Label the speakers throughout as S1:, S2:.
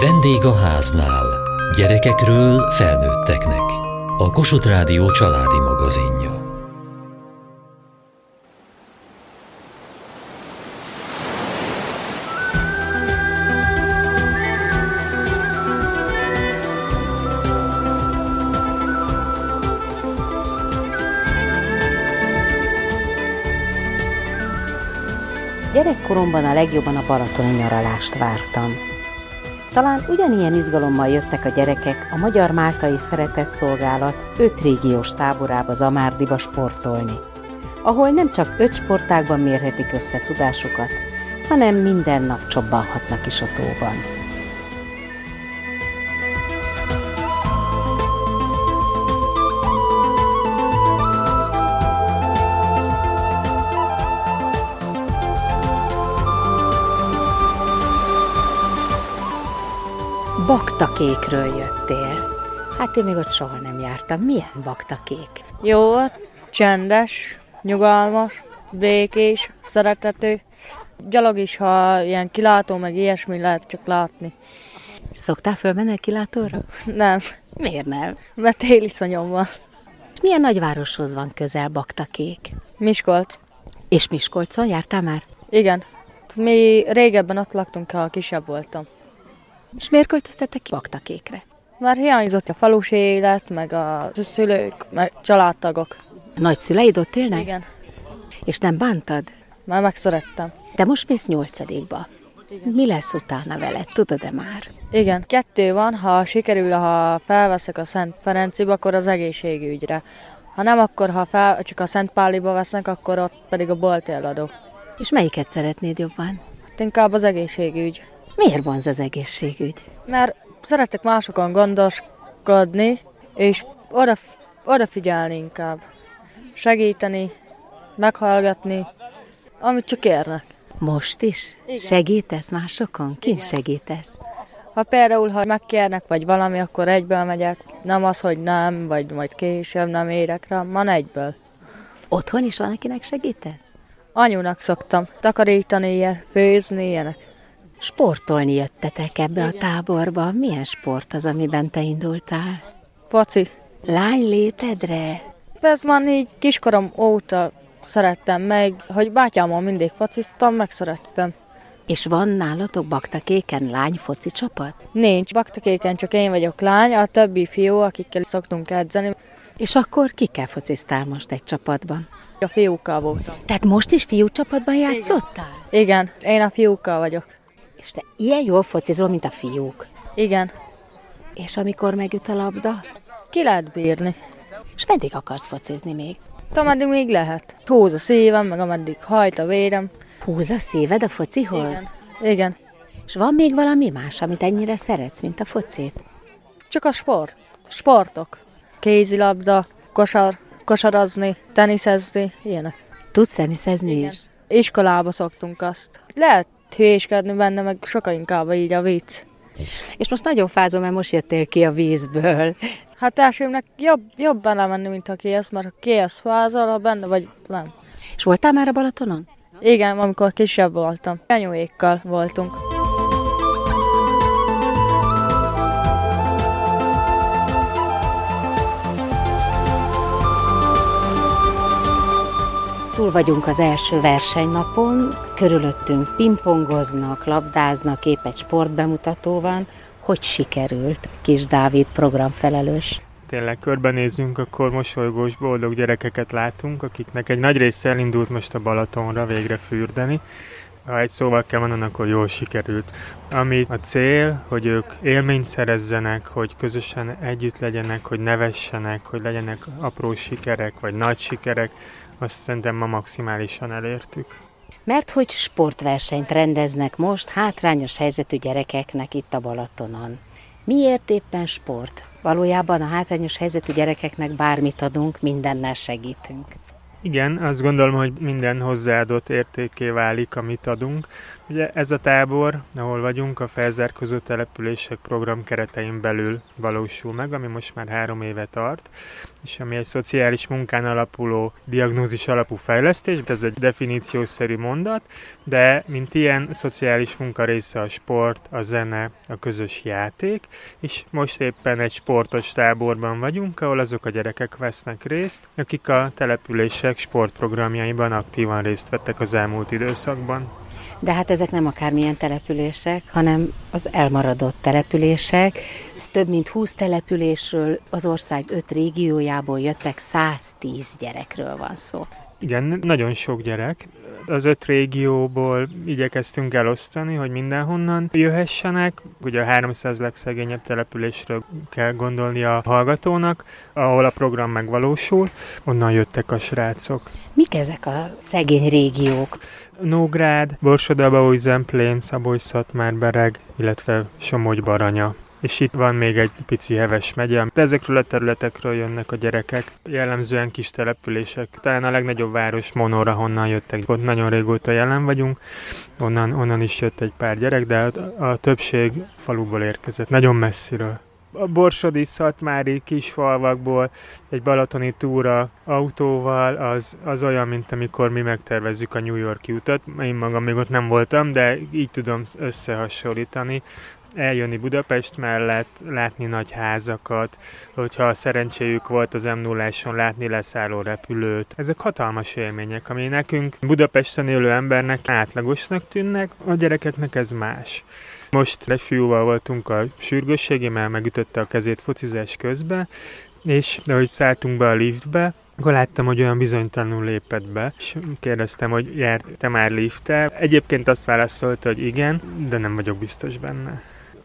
S1: Vendég a háznál. Gyerekekről felnőtteknek. A Kossuth Rádió családi magazinja.
S2: Gyerekkoromban a legjobban a Balatoni nyaralást vártam. Talán ugyanilyen izgalommal jöttek a gyerekek a Magyar Máltai Szeretett Szolgálat öt régiós táborába Zamárdiba sportolni, ahol nem csak öt sportágban mérhetik össze tudásukat, hanem minden nap csobbanhatnak is a tóban. Baktakékről jöttél. Hát én még ott soha nem jártam. Milyen baktakék?
S3: Jó, csendes, nyugalmas, békés, szeretető. Gyalog is, ha ilyen kilátó, meg ilyesmi lehet csak látni.
S2: Szoktál fölmenni a kilátóra?
S3: Nem,
S2: Miért nem?
S3: mert téliszonyom van.
S2: És milyen nagyvároshoz van közel baktakék?
S3: Miskolc.
S2: És Miskolcon jártál már?
S3: Igen. Mi régebben ott laktunk, ha kisebb voltam.
S2: És miért költöztettek ki baktakékre?
S3: Már hiányzott a falusi élet, meg a szülők, meg családtagok.
S2: Nagyszüleid ott élnek?
S3: Igen.
S2: És nem bántad?
S3: Már megszerettem.
S2: Te most mész nyolcadikba. Mi lesz utána veled, tudod-e már?
S3: Igen, kettő van, ha sikerül, ha felveszek a Szent Ferencibe, akkor az egészségügyre. Ha nem, akkor ha fel, csak a Szent Páliba vesznek, akkor ott pedig a bolt eladó.
S2: És melyiket szeretnéd jobban?
S3: Hát inkább az egészségügy.
S2: Miért vonz az egészségügy?
S3: Mert szeretek másokon gondoskodni, és oda, odafigyelni inkább. Segíteni, meghallgatni, amit csak érnek.
S2: Most is? Igen. Segítesz másokon? Kin Igen. segítesz?
S3: Ha például, ha megkérnek, vagy valami, akkor egyből megyek. Nem az, hogy nem, vagy majd később nem érek rá, van egyből.
S2: Otthon is van, akinek segítesz?
S3: Anyunak szoktam takarítani, ilyen, főzni, ilyenek.
S2: Sportolni jöttetek ebbe a táborba. Milyen sport az, amiben te indultál?
S3: Foci.
S2: Lány létedre?
S3: Ez már így kiskorom óta szerettem meg, hogy bátyámmal mindig fociztam, megszerettem.
S2: És van nálatok baktakéken lány foci csapat?
S3: Nincs, baktakéken csak én vagyok lány, a többi fiú, akikkel szoktunk edzeni,
S2: És akkor kikkel fociztál most egy csapatban?
S3: a fiúkkal voltam.
S2: Tehát most is fiú csapatban játszottál? Igen.
S3: Igen, én a fiúkkal vagyok.
S2: És te ilyen jól focizol, mint a fiúk.
S3: Igen,
S2: És amikor megüt a labda?
S3: ki lehet bírni.
S2: És meddig akarsz focizni még?
S3: Ameddig még lehet. Húz a szívem, meg ameddig hajt a vérem.
S2: Húz a szíved a focihoz?
S3: Igen. Igen.
S2: És van még valami más, amit ennyire szeretsz, mint a focit?
S3: Csak a sport. Sportok. Kézilabda, kosar, kosarazni, teniszezni, ilyenek.
S2: Tudsz teniszezni is?
S3: Iskolába szoktunk azt. Lehet hülyéskedni benne, meg sokkal inkább így a vicc.
S2: És most nagyon fázom, mert most jöttél ki a vízből.
S3: Hát elsőnek jobb, jobb belemenni, mint aki ezt, mert ha ki ezt fázol, ha benne vagy nem.
S2: És voltál már a Balatonon?
S3: Igen, amikor kisebb voltam. Anyuékkal voltunk.
S2: Túl vagyunk az első versenynapon, körülöttünk pingpongoznak, labdáznak, épp egy sportbemutató van. Hogy sikerült, kis Dávid programfelelős?
S4: tényleg körbenézünk, akkor mosolygós, boldog gyerekeket látunk, akiknek egy nagy része elindult most a Balatonra végre fürdeni. Ha egy szóval kell mondanom, akkor jól sikerült. Ami a cél, hogy ők élményt szerezzenek, hogy közösen együtt legyenek, hogy nevessenek, hogy legyenek apró sikerek, vagy nagy sikerek, azt szerintem ma maximálisan elértük.
S2: Mert hogy sportversenyt rendeznek most hátrányos helyzetű gyerekeknek itt a Balatonon. Miért éppen sport? Valójában a hátrányos helyzetű gyerekeknek bármit adunk, mindennel segítünk.
S4: Igen, azt gondolom, hogy minden hozzáadott értéké válik, amit adunk. Ugye ez a tábor, ahol vagyunk, a felzárkózó települések program keretein belül valósul meg, ami most már három éve tart, és ami egy szociális munkán alapuló, diagnózis alapú fejlesztés, ez egy definíciószerű mondat, de mint ilyen a szociális munka része a sport, a zene, a közös játék, és most éppen egy sportos táborban vagyunk, ahol azok a gyerekek vesznek részt, akik a települések sportprogramjaiban aktívan részt vettek az elmúlt időszakban.
S2: De hát ezek nem akármilyen települések, hanem az elmaradott települések. Több mint 20 településről, az ország 5 régiójából jöttek 110 gyerekről van szó.
S4: Igen, nagyon sok gyerek. Az öt régióból igyekeztünk elosztani, hogy mindenhonnan jöhessenek. Ugye a 300 legszegényebb településről kell gondolni a hallgatónak, ahol a program megvalósul. Onnan jöttek a srácok.
S2: Mik ezek a szegény régiók?
S4: Nógrád, Borsodaba, Zemplén, Szabolcs-Szatmár, Bereg, illetve Somogy-Baranya és itt van még egy pici heves megye. De ezekről a területekről jönnek a gyerekek, jellemzően kis települések. Talán a legnagyobb város Monora, honnan jöttek. Ott nagyon régóta jelen vagyunk, onnan, onnan is jött egy pár gyerek, de a, a többség faluból érkezett, nagyon messziről a borsodi, szatmári kisfalvakból egy balatoni túra autóval, az, az olyan, mint amikor mi megtervezzük a New Yorki utat. Én magam még ott nem voltam, de így tudom összehasonlítani eljönni Budapest mellett, látni nagy házakat, hogyha a szerencséjük volt az m 0 látni leszálló repülőt. Ezek hatalmas élmények, ami nekünk Budapesten élő embernek átlagosnak tűnnek, a gyerekeknek ez más. Most egy fiúval voltunk a sürgősségi, mert megütötte a kezét focizás közben, és ahogy szálltunk be a liftbe, akkor láttam, hogy olyan bizonytalanul lépett be, és kérdeztem, hogy járt te már lifttel. Egyébként azt válaszolta, hogy igen, de nem vagyok biztos benne.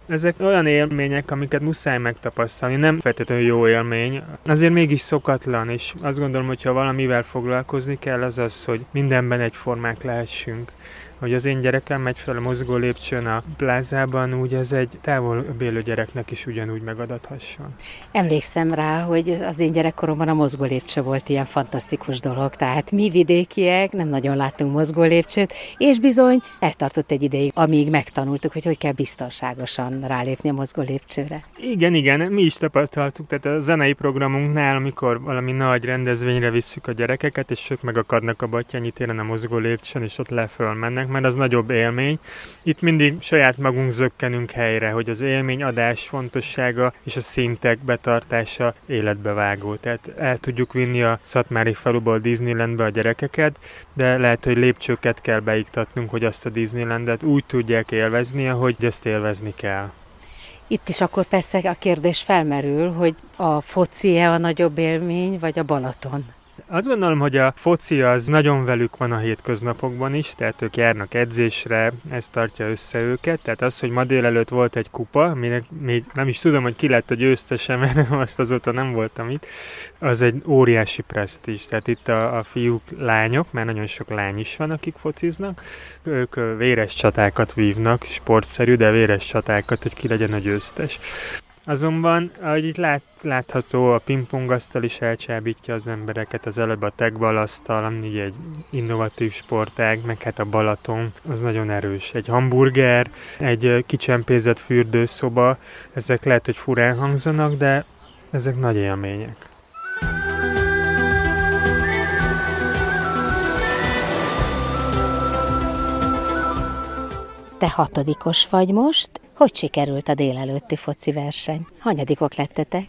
S4: Ezek olyan élmények, amiket muszáj megtapasztalni, nem feltétlenül jó élmény, azért mégis szokatlan, és azt gondolom, hogy ha valamivel foglalkozni kell, az az, hogy mindenben egyformák lehessünk. Hogy az én gyerekem megy fel a mozgó lépcsőn a plázában, úgy ez egy távol élő gyereknek is ugyanúgy megadathasson.
S2: Emlékszem rá, hogy az én gyerekkoromban a mozgó lépcső volt ilyen fantasztikus dolog, tehát mi vidékiek nem nagyon láttunk mozgó lépcsőt, és bizony eltartott egy ideig, amíg megtanultuk, hogy hogy kell biztonságosan rálépni a mozgó lépcsőre.
S4: Igen, igen, mi is tapasztaltuk, tehát a zenei programunknál, amikor valami nagy rendezvényre visszük a gyerekeket, és ők megakadnak a Batyányi téren a mozgó lépcsőn, és ott leföl mennek, mert az nagyobb élmény. Itt mindig saját magunk zökkenünk helyre, hogy az élmény adás fontossága és a szintek betartása életbevágó. Tehát el tudjuk vinni a Szatmári faluból Disneylandbe a gyerekeket, de lehet, hogy lépcsőket kell beiktatnunk, hogy azt a Disneylandet úgy tudják élvezni, ahogy ezt élvezni kell.
S2: Itt is akkor persze a kérdés felmerül, hogy a foci a nagyobb élmény, vagy a Balaton?
S4: Azt gondolom, hogy a foci az nagyon velük van a hétköznapokban is, tehát ők járnak edzésre, ez tartja össze őket. Tehát az, hogy ma délelőtt volt egy kupa, aminek még nem is tudom, hogy ki lett a győztese, mert most azóta nem voltam itt, az egy óriási presztízs. Tehát itt a, a fiúk, lányok, mert nagyon sok lány is van, akik fociznak, ők véres csatákat vívnak, sportszerű, de véres csatákat, hogy ki legyen a győztes. Azonban, ahogy itt lát, látható, a pingpongasztal is elcsábítja az embereket, az előbb a tegbalasztal, ami egy innovatív sportág, meg hát a Balaton, az nagyon erős. Egy hamburger, egy kicsempézett fürdőszoba, ezek lehet, hogy furán hangzanak, de ezek nagy élmények.
S2: Te hatodikos vagy most, hogy sikerült a délelőtti foci verseny? Hanyadikok lettetek?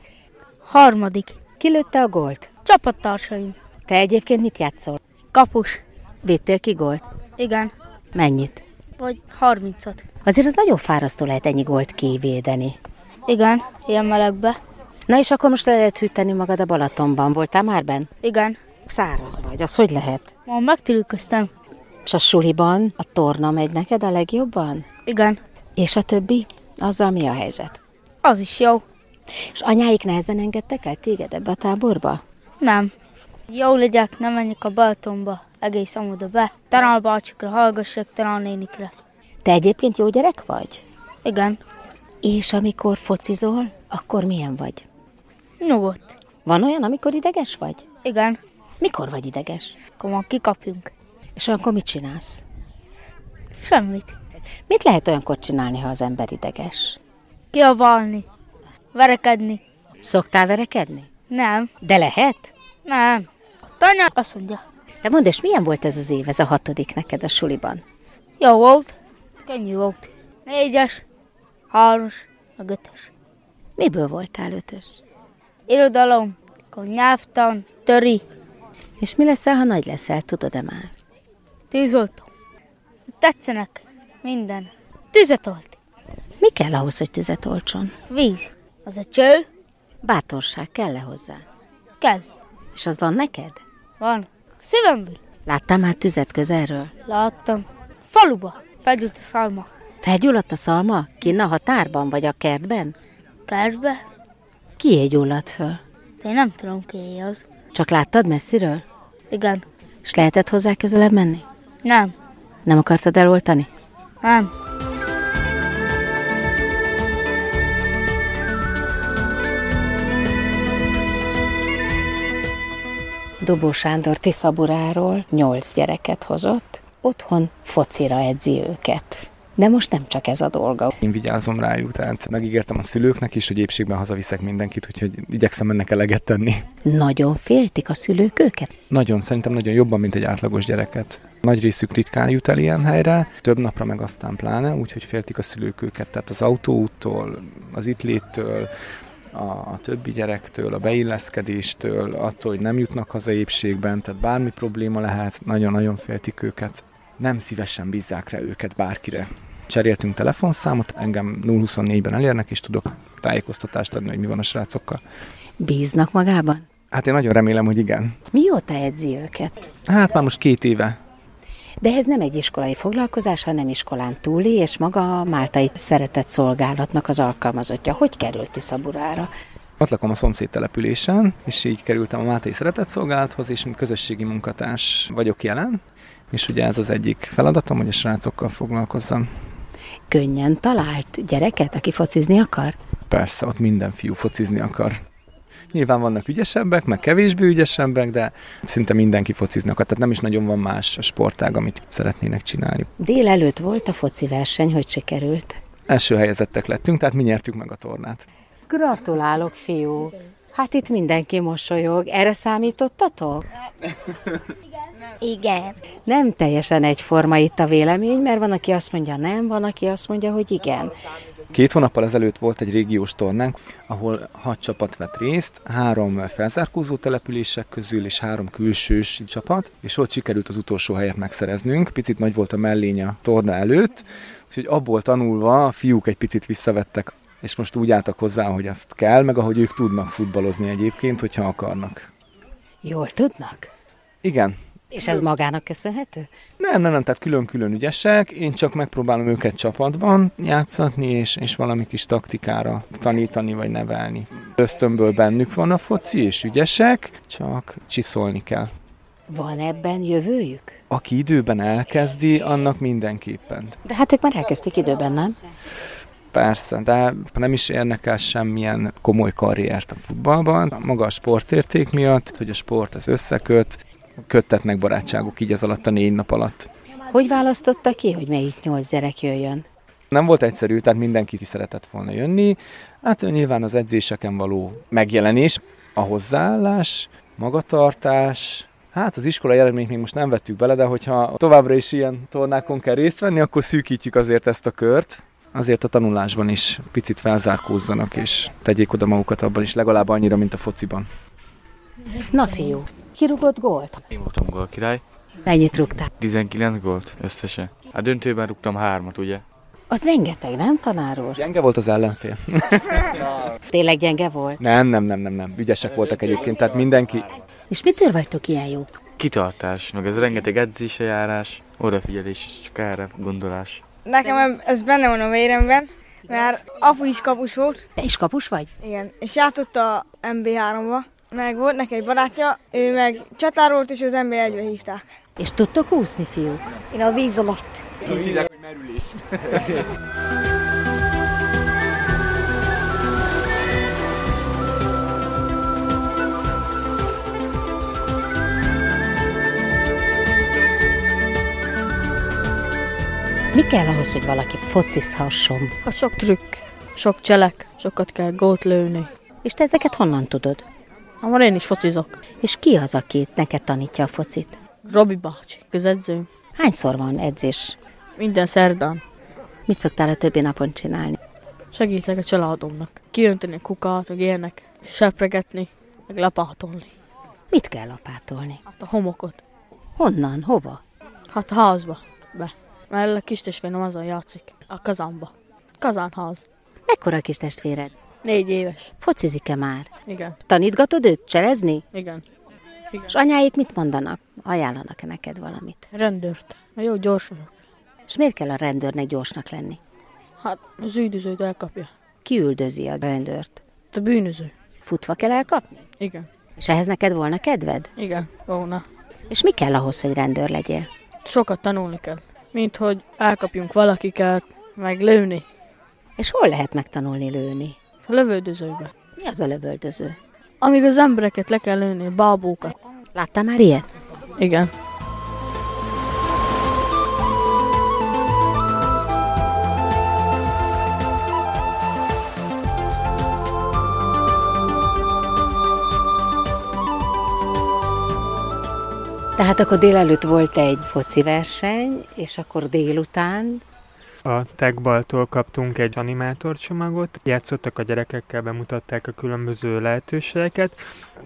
S5: Harmadik.
S2: Ki lőtte a gólt?
S5: Csapattársaim.
S2: Te egyébként mit játszol?
S5: Kapus.
S2: Védtél ki gólt?
S5: Igen.
S2: Mennyit?
S5: Vagy harmincat.
S2: Azért az nagyon fárasztó lehet ennyi gólt kivédeni.
S5: Igen, ilyen melegbe.
S2: Na és akkor most le lehet hűteni magad a Balatonban. Voltál már benn?
S5: Igen.
S2: Száraz vagy, az hogy lehet?
S5: Ma megtűrűköztem.
S2: És a suliban a torna megy neked a legjobban?
S5: Igen.
S2: És a többi? Azzal mi a helyzet?
S5: Az is jó.
S2: És anyáik nehezen engedtek el téged ebbe a táborba?
S5: Nem. Jó legyek, nem menjek a Balatonba, egész amoda be. Tanál bácsikra, hallgassak tanál nénikre.
S2: Te egyébként jó gyerek vagy?
S5: Igen.
S2: És amikor focizol, akkor milyen vagy?
S5: Nyugodt.
S2: Van olyan, amikor ideges vagy?
S5: Igen.
S2: Mikor vagy ideges?
S5: Akkor ma kikapjunk.
S2: És akkor mit csinálsz?
S5: Semmit.
S2: Mit lehet olyankor csinálni, ha az ember ideges?
S5: Kiavalni. Verekedni.
S2: Szoktál verekedni?
S5: Nem.
S2: De lehet?
S5: Nem. A tanya azt mondja.
S2: De mondd, és milyen volt ez az év, ez a hatodik neked a suliban?
S5: Jó volt. Könnyű volt. Négyes, hármas, meg ötös.
S2: Miből voltál ötös?
S5: Irodalom, akkor nyelvtan, töri,
S2: És mi leszel, ha nagy leszel, tudod-e már?
S5: tűzoltó. Tetszenek minden. Tüzet olt.
S2: Mi kell ahhoz, hogy tüzet oltson?
S5: Víz. Az a cső
S2: Bátorság kell-e hozzá?
S5: kell.
S2: És az van neked?
S5: Van. Szívemből.
S2: Láttál már tüzet közelről?
S5: Láttam. Faluba. Fegyült a szalma.
S2: Felgyulladt a szalma? Kinn a határban vagy a kertben?
S5: Kertbe.
S2: Kié gyulladt föl?
S5: De én nem tudom ki az.
S2: Csak láttad messziről?
S5: Igen.
S2: És lehetett hozzá közelebb menni?
S5: Nem.
S2: Nem akartad eloltani?
S5: Nem.
S2: Dobó Sándor Tiszaburáról nyolc gyereket hozott, otthon focira edzi őket. De most nem csak ez a dolga.
S6: Én vigyázom rájuk, tehát megígértem a szülőknek is, hogy épségben hazaviszek mindenkit, úgyhogy igyekszem ennek eleget tenni.
S2: Nagyon féltik a szülők őket.
S6: Nagyon, szerintem nagyon jobban, mint egy átlagos gyereket. Nagy részük ritkán jut el ilyen helyre, több napra meg aztán pláne, úgyhogy féltik a szülők őket, tehát az autóúttól, az itt léttől, a, a többi gyerektől, a beilleszkedéstől, attól, hogy nem jutnak haza épségben, tehát bármi probléma lehet, nagyon-nagyon féltik őket. Nem szívesen bízzák rá őket bárkire. Cseréltünk telefonszámot, engem 024-ben elérnek, és tudok tájékoztatást adni, hogy mi van a srácokkal.
S2: Bíznak magában?
S6: Hát én nagyon remélem, hogy igen.
S2: Mióta edzi őket?
S6: Hát már most két éve
S2: De ez nem egy iskolai foglalkozás, hanem iskolán túli, és maga a Máltai Szeretett Szolgálatnak az alkalmazottja. Hogy került Tiszaburára?
S6: Ott lakom a szomszéd településen, és így kerültem a Máté Szeretett Szolgálathoz, és mint közösségi munkatárs vagyok jelen, és ugye ez az egyik feladatom, hogy a srácokkal foglalkozzam.
S2: Könnyen talált gyereket, aki focizni akar?
S6: Persze, ott minden fiú focizni akar. Nyilván vannak ügyesebbek, meg kevésbé ügyesebbek, de szinte mindenki fociznak, tehát nem is nagyon van más sportág, amit szeretnének csinálni.
S2: Délelőtt volt a foci verseny, hogy sikerült.
S6: Első helyezettek lettünk, tehát mi nyertük meg a tornát.
S2: Gratulálok, fiú! Hát itt mindenki mosolyog. Erre számítottatok?
S7: Igen.
S2: Nem teljesen egyforma itt a vélemény, mert van, aki azt mondja nem, van, aki azt mondja, hogy igen.
S6: Két hónappal ezelőtt volt egy régiós tornánk, ahol hat csapat vett részt, három felzárkózó települések közül és három külsős csapat, és ott sikerült az utolsó helyet megszereznünk. Picit nagy volt a mellény a torna előtt, úgyhogy abból tanulva a fiúk egy picit visszavettek, és most úgy álltak hozzá, hogy ezt kell, meg ahogy ők tudnak futballozni egyébként, hogyha akarnak.
S2: Jól tudnak?
S6: Igen,
S2: És ez magának köszönhető?
S6: nem, nem, nem, tehát külön-külön ügyesek, én csak megpróbálom őket csapatban játszatni, és, és valami kis taktikára tanítani vagy nevelni. Ösztönből bennük van a foci, és ügyesek, csak csiszolni kell.
S2: Van ebben jövőjük?
S6: Aki időben elkezdi, annak mindenképpen.
S2: De hát ők már elkezdték időben, nem?
S6: Persze, de nem is érnek el semmilyen komoly karriert a futballban. Maga a sportérték miatt, hogy a sport az összeköt, köttetnek barátságok így ez alatt a négy nap alatt.
S2: Hogy választotta ki, hogy melyik nyolc gyerek jöjjön?
S6: Nem volt egyszerű, tehát mindenki szeretett volna jönni. Hát nyilván az edzéseken való megjelenés, a hozzáállás, magatartás, Hát az iskolai eredményt még most nem vettük bele, de hogyha továbbra is ilyen tornákon kell részt venni, akkor szűkítjük azért ezt a kört. Azért a tanulásban is picit felzárkózzanak, és tegyék oda magukat abban is legalább annyira, mint a fociban.
S2: Na fiú, kirúgott gólt?
S8: Én voltam gól király,
S2: Mennyit rúgtál?
S8: 19 gólt összesen. A döntőben rúgtam hármat, ugye?
S2: Az rengeteg, nem tanár úr?
S6: Gyenge volt az ellenfél?
S2: Tényleg gyenge volt.
S6: Nem, nem, nem, nem, nem. Ügyesek voltak egyébként, tehát mindenki
S2: És mitől vagytok ilyen jók?
S8: Kitartás, meg ez rengeteg edzése járás, odafigyelés és csak erre gondolás.
S9: Nekem eb- ez benne van a véremben, mert apu is kapus volt,
S2: Te is kapus vagy?
S9: igen, és játszott a MB3-ba, meg volt neki egy barátja, ő meg csatár volt, és az MB1-be hívták.
S2: És tudtok úszni, fiúk?
S7: Én a víz alatt.
S2: Mi kell ahhoz, hogy valaki focizhasson?
S3: A sok trükk, sok cselek, sokat kell gót lőni.
S2: És te ezeket honnan tudod?
S3: Na, már én is focizok.
S2: És ki az, aki neked tanítja a focit?
S3: Robi bácsi, közedzőm.
S2: Hányszor van edzés?
S3: Minden szerdán.
S2: Mit szoktál a többi napon csinálni?
S3: Segítek a családomnak. Kiönteni a kukát, meg ilyenek, sepregetni, meg lapátolni.
S2: Mit kell lapátolni?
S3: Hát a homokot.
S2: Honnan, hova?
S3: Hát a házba. Be. Mert a kis testvérem azon játszik. A kazánba. Kazánház.
S2: Mekkora kis testvéred?
S3: Négy éves.
S2: Focizik-e már?
S3: Igen,
S2: Tanítgatod őt cselezni?
S3: igen.
S2: És anyáik mit mondanak? Ajánlanak-e neked valamit?
S3: Rendőrt. Na jó, gyors vagyok.
S2: És miért kell a rendőrnek gyorsnak lenni?
S3: Hát az üldözőt elkapja.
S2: Ki üldözi a rendőrt?
S3: Te bűnöző.
S2: Futva kell elkapni?
S3: Igen.
S2: És ehhez neked volna kedved?
S3: Igen, volna.
S2: És mi kell ahhoz, hogy rendőr legyél?
S3: Sokat tanulni kell. Mint hogy elkapjunk valakiket, meg lőni.
S2: És hol lehet megtanulni lőni?
S3: A lövöldözőbe.
S2: Mi az a lövöldöző?
S3: Amíg az embereket le kell lőni, bábókat.
S2: Láttál már ilyet?
S3: Igen.
S2: Tehát akkor délelőtt volt egy foci verseny, és akkor délután
S4: A Techbaltól kaptunk egy animátor csomagot, játszottak a gyerekekkel, bemutatták a különböző lehetőségeket,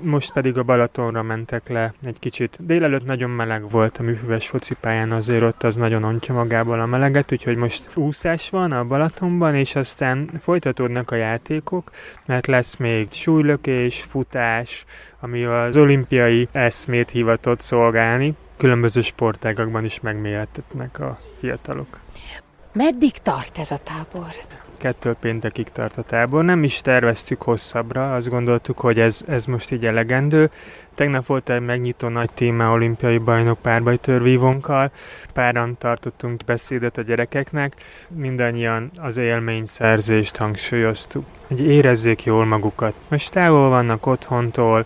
S4: most pedig a Balatonra mentek le egy kicsit. Délelőtt nagyon meleg volt a műfüves focipályán, azért ott az nagyon ontja magából a meleget, úgyhogy most úszás van a Balatonban, és aztán folytatódnak a játékok, mert lesz még súlylökés, futás, ami az olimpiai eszmét hivatott szolgálni, különböző sportágakban is megmérettetnek a fiatalok.
S2: meddig tart ez a tábor?
S4: kettől péntekig tart a tábor. Nem is terveztük hosszabbra, azt gondoltuk, hogy ez, ez most így elegendő. Tegnap volt egy megnyitó nagy téma olimpiai bajnok párbajtörvívónkkal. Páran tartottunk beszédet a gyerekeknek, mindannyian az élményszerzést hangsúlyoztuk, hogy érezzék jól magukat. Most távol vannak otthontól,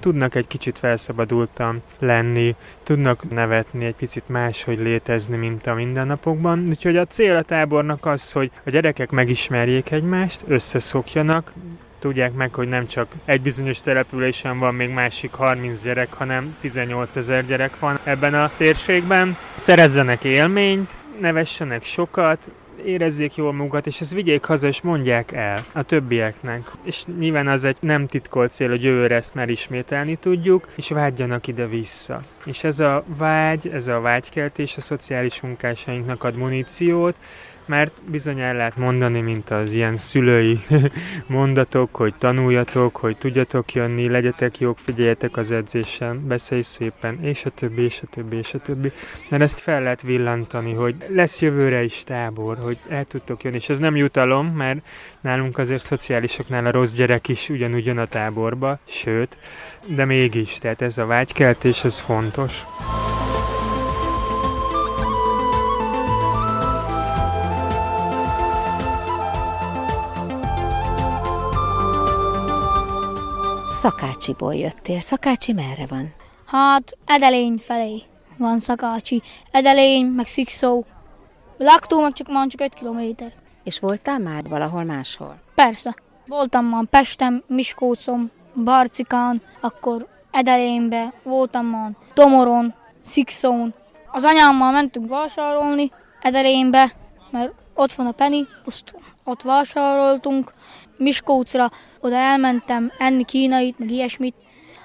S4: tudnak egy kicsit felszabadultan lenni, tudnak nevetni, egy picit máshogy létezni, mint a mindennapokban. Úgyhogy a cél a tábornak az, hogy a gyerekek megismerjék egymást, összeszokjanak, tudják meg, hogy nem csak egy bizonyos településen van még másik 30 gyerek, hanem 18 ezer gyerek van ebben a térségben. Szerezzenek élményt, nevessenek sokat, érezzék jól magukat, és ezt vigyék haza, és mondják el a többieknek. És nyilván az egy nem titkolt cél, hogy jövőre ezt már ismételni tudjuk, és vágyjanak ide-vissza. És ez a vágy, ez a vágykeltés a szociális munkásainknak ad muníciót, mert bizony el lehet mondani, mint az ilyen szülői mondatok, hogy tanuljatok, hogy tudjatok jönni, legyetek jók, figyeljetek az edzésen, beszélj szépen, és a többi, és a többi, és a többi. Mert ezt fel lehet villantani, hogy lesz jövőre is tábor, hogy el tudtok jönni, és ez nem jutalom, mert nálunk azért szociálisoknál a rossz gyerek is ugyanúgy jön a táborba, sőt, de mégis, tehát ez a vágykeltés, ez fontos.
S2: Szakácsiból jöttél. Szakácsi merre van?
S5: Hát, edelény felé van Szakácsi. Edelény, meg Szikszó. Laktó meg csak van csak 5 kilométer.
S2: És voltál már valahol máshol?
S5: Persze. Voltam már Pestem, Miskócom, Barcikán, akkor Edelénybe, voltam már Tomoron, Szikszón. Az anyámmal mentünk vásárolni Edelénybe, mert ott van a Penny, azt ott vásároltunk. Miskócra oda elmentem enni kínait, meg ilyesmit.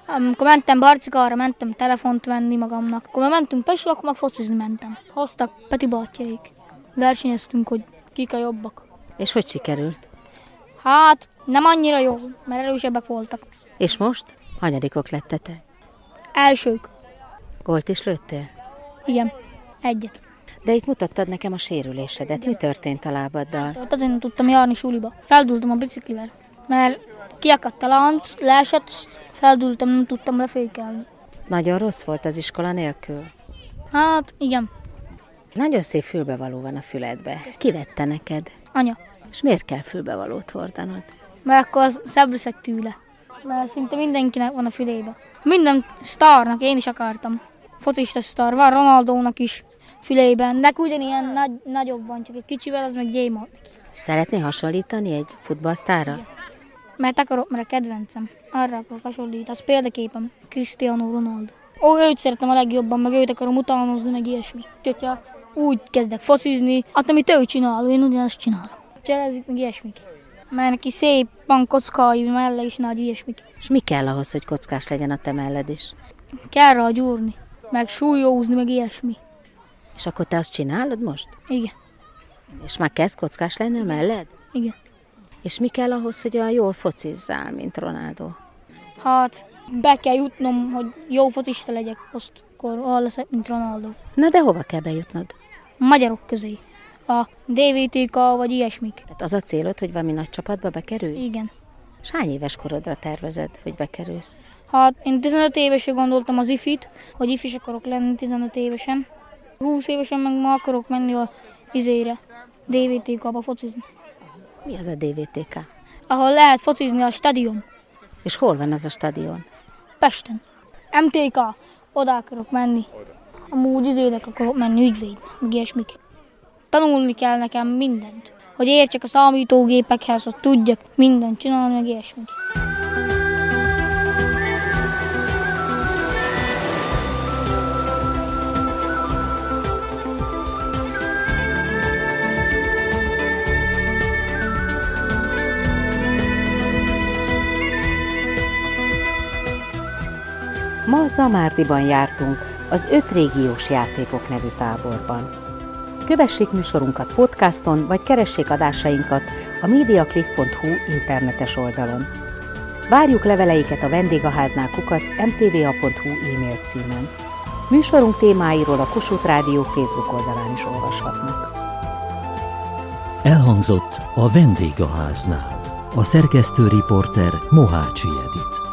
S5: Amikor mentem Barcikára, mentem telefont venni magamnak. Akkor már mentünk Pestre, akkor meg focizni mentem. Hoztak Peti bátyjaik. Versenyeztünk, hogy kik a jobbak.
S2: És hogy sikerült?
S5: Hát, nem annyira jó, mert erősebbek voltak.
S2: És most? Hanyadikok lettetek?
S5: Elsők.
S2: Gólt is lőttél?
S5: Igen. Egyet.
S2: De itt mutattad nekem a sérülésedet. Mi történt a lábaddal?
S5: Ott azért nem tudtam járni suliba. Feldultam a biciklivel, mert kiakadt a lánc, leesett, és feldultam, nem tudtam lefékelni.
S2: Nagyon rossz volt az iskola nélkül.
S5: Hát, igen.
S2: Nagyon szép fülbevaló van a füledbe. Kivette neked.
S5: Anya.
S2: És miért kell fülbevalót hordanod?
S5: Mert akkor az szebb leszek tőle. Mert szinte mindenkinek van a fülébe. Minden sztárnak én is akartam. Fotista sztár, van Ronaldónak is, füleiben. De ugyanilyen nagy, nagyobb van, csak egy kicsivel az meg gyémol.
S2: Szeretné hasonlítani egy futballsztárra?
S5: Mert akarok, mert a kedvencem. Arra akarok hasonlítani. Az példaképem Cristiano Ronaldo. Ó, őt szeretem a legjobban, meg őt akarom utánozni, meg ilyesmi. Úgyhogy, Hogyha úgy kezdek focizni, hát amit ő csinál, én ugyanazt csinálom. Cselezik, meg ilyesmik. Mert neki szép van kockai, melle is nagy, ilyesmik.
S2: És mi kell ahhoz, hogy kockás legyen a te melled is?
S5: Kell rá gyúrni, meg súlyózni, meg ilyesmi.
S2: És akkor te azt csinálod most?
S5: Igen,
S2: És már kezd kockás lenni a melled?
S5: igen.
S2: És mi kell ahhoz, hogy olyan jól focizzál, mint Ronaldo?
S5: Hát, be kell jutnom, hogy jó focista legyek, azt akkor olyan leszek, mint Ronaldo.
S2: Na de hova kell bejutnod?
S5: Magyarok közé. A DVTK vagy ilyesmik.
S2: Tehát az a célod, hogy valami nagy csapatba bekerülj?
S5: Igen.
S2: És hány éves korodra tervezed, hogy bekerülsz?
S5: Hát én 15 évesen gondoltam az ifit, hogy ifis akarok lenni 15 évesen. 20 évesen meg ma akarok menni a izére, DVTK-ba focizni.
S2: Mi az a DVTK?
S5: Ahol lehet focizni a stadion,
S2: És hol van az a stadion?
S5: Pesten. MTK, oda akarok menni. Amúgy izének akarok menni ügyvéd, meg ilyesmik. Tanulni kell nekem mindent, hogy értsek a számítógépekhez, hogy tudjak mindent csinálni, meg ilyesmik.
S2: Ma Zamárdiban jártunk, az öt régiós játékok nevű táborban. Kövessék műsorunkat podcaston, vagy keressék adásainkat a mediaclip.hu internetes oldalon. Várjuk leveleiket a vendégháznál kukac mtva.hu e-mail címen. Műsorunk témáiról a Kossuth Rádió Facebook oldalán is olvashatnak.
S1: Elhangzott a vendégháznál. A szerkesztő riporter Mohácsi Edit,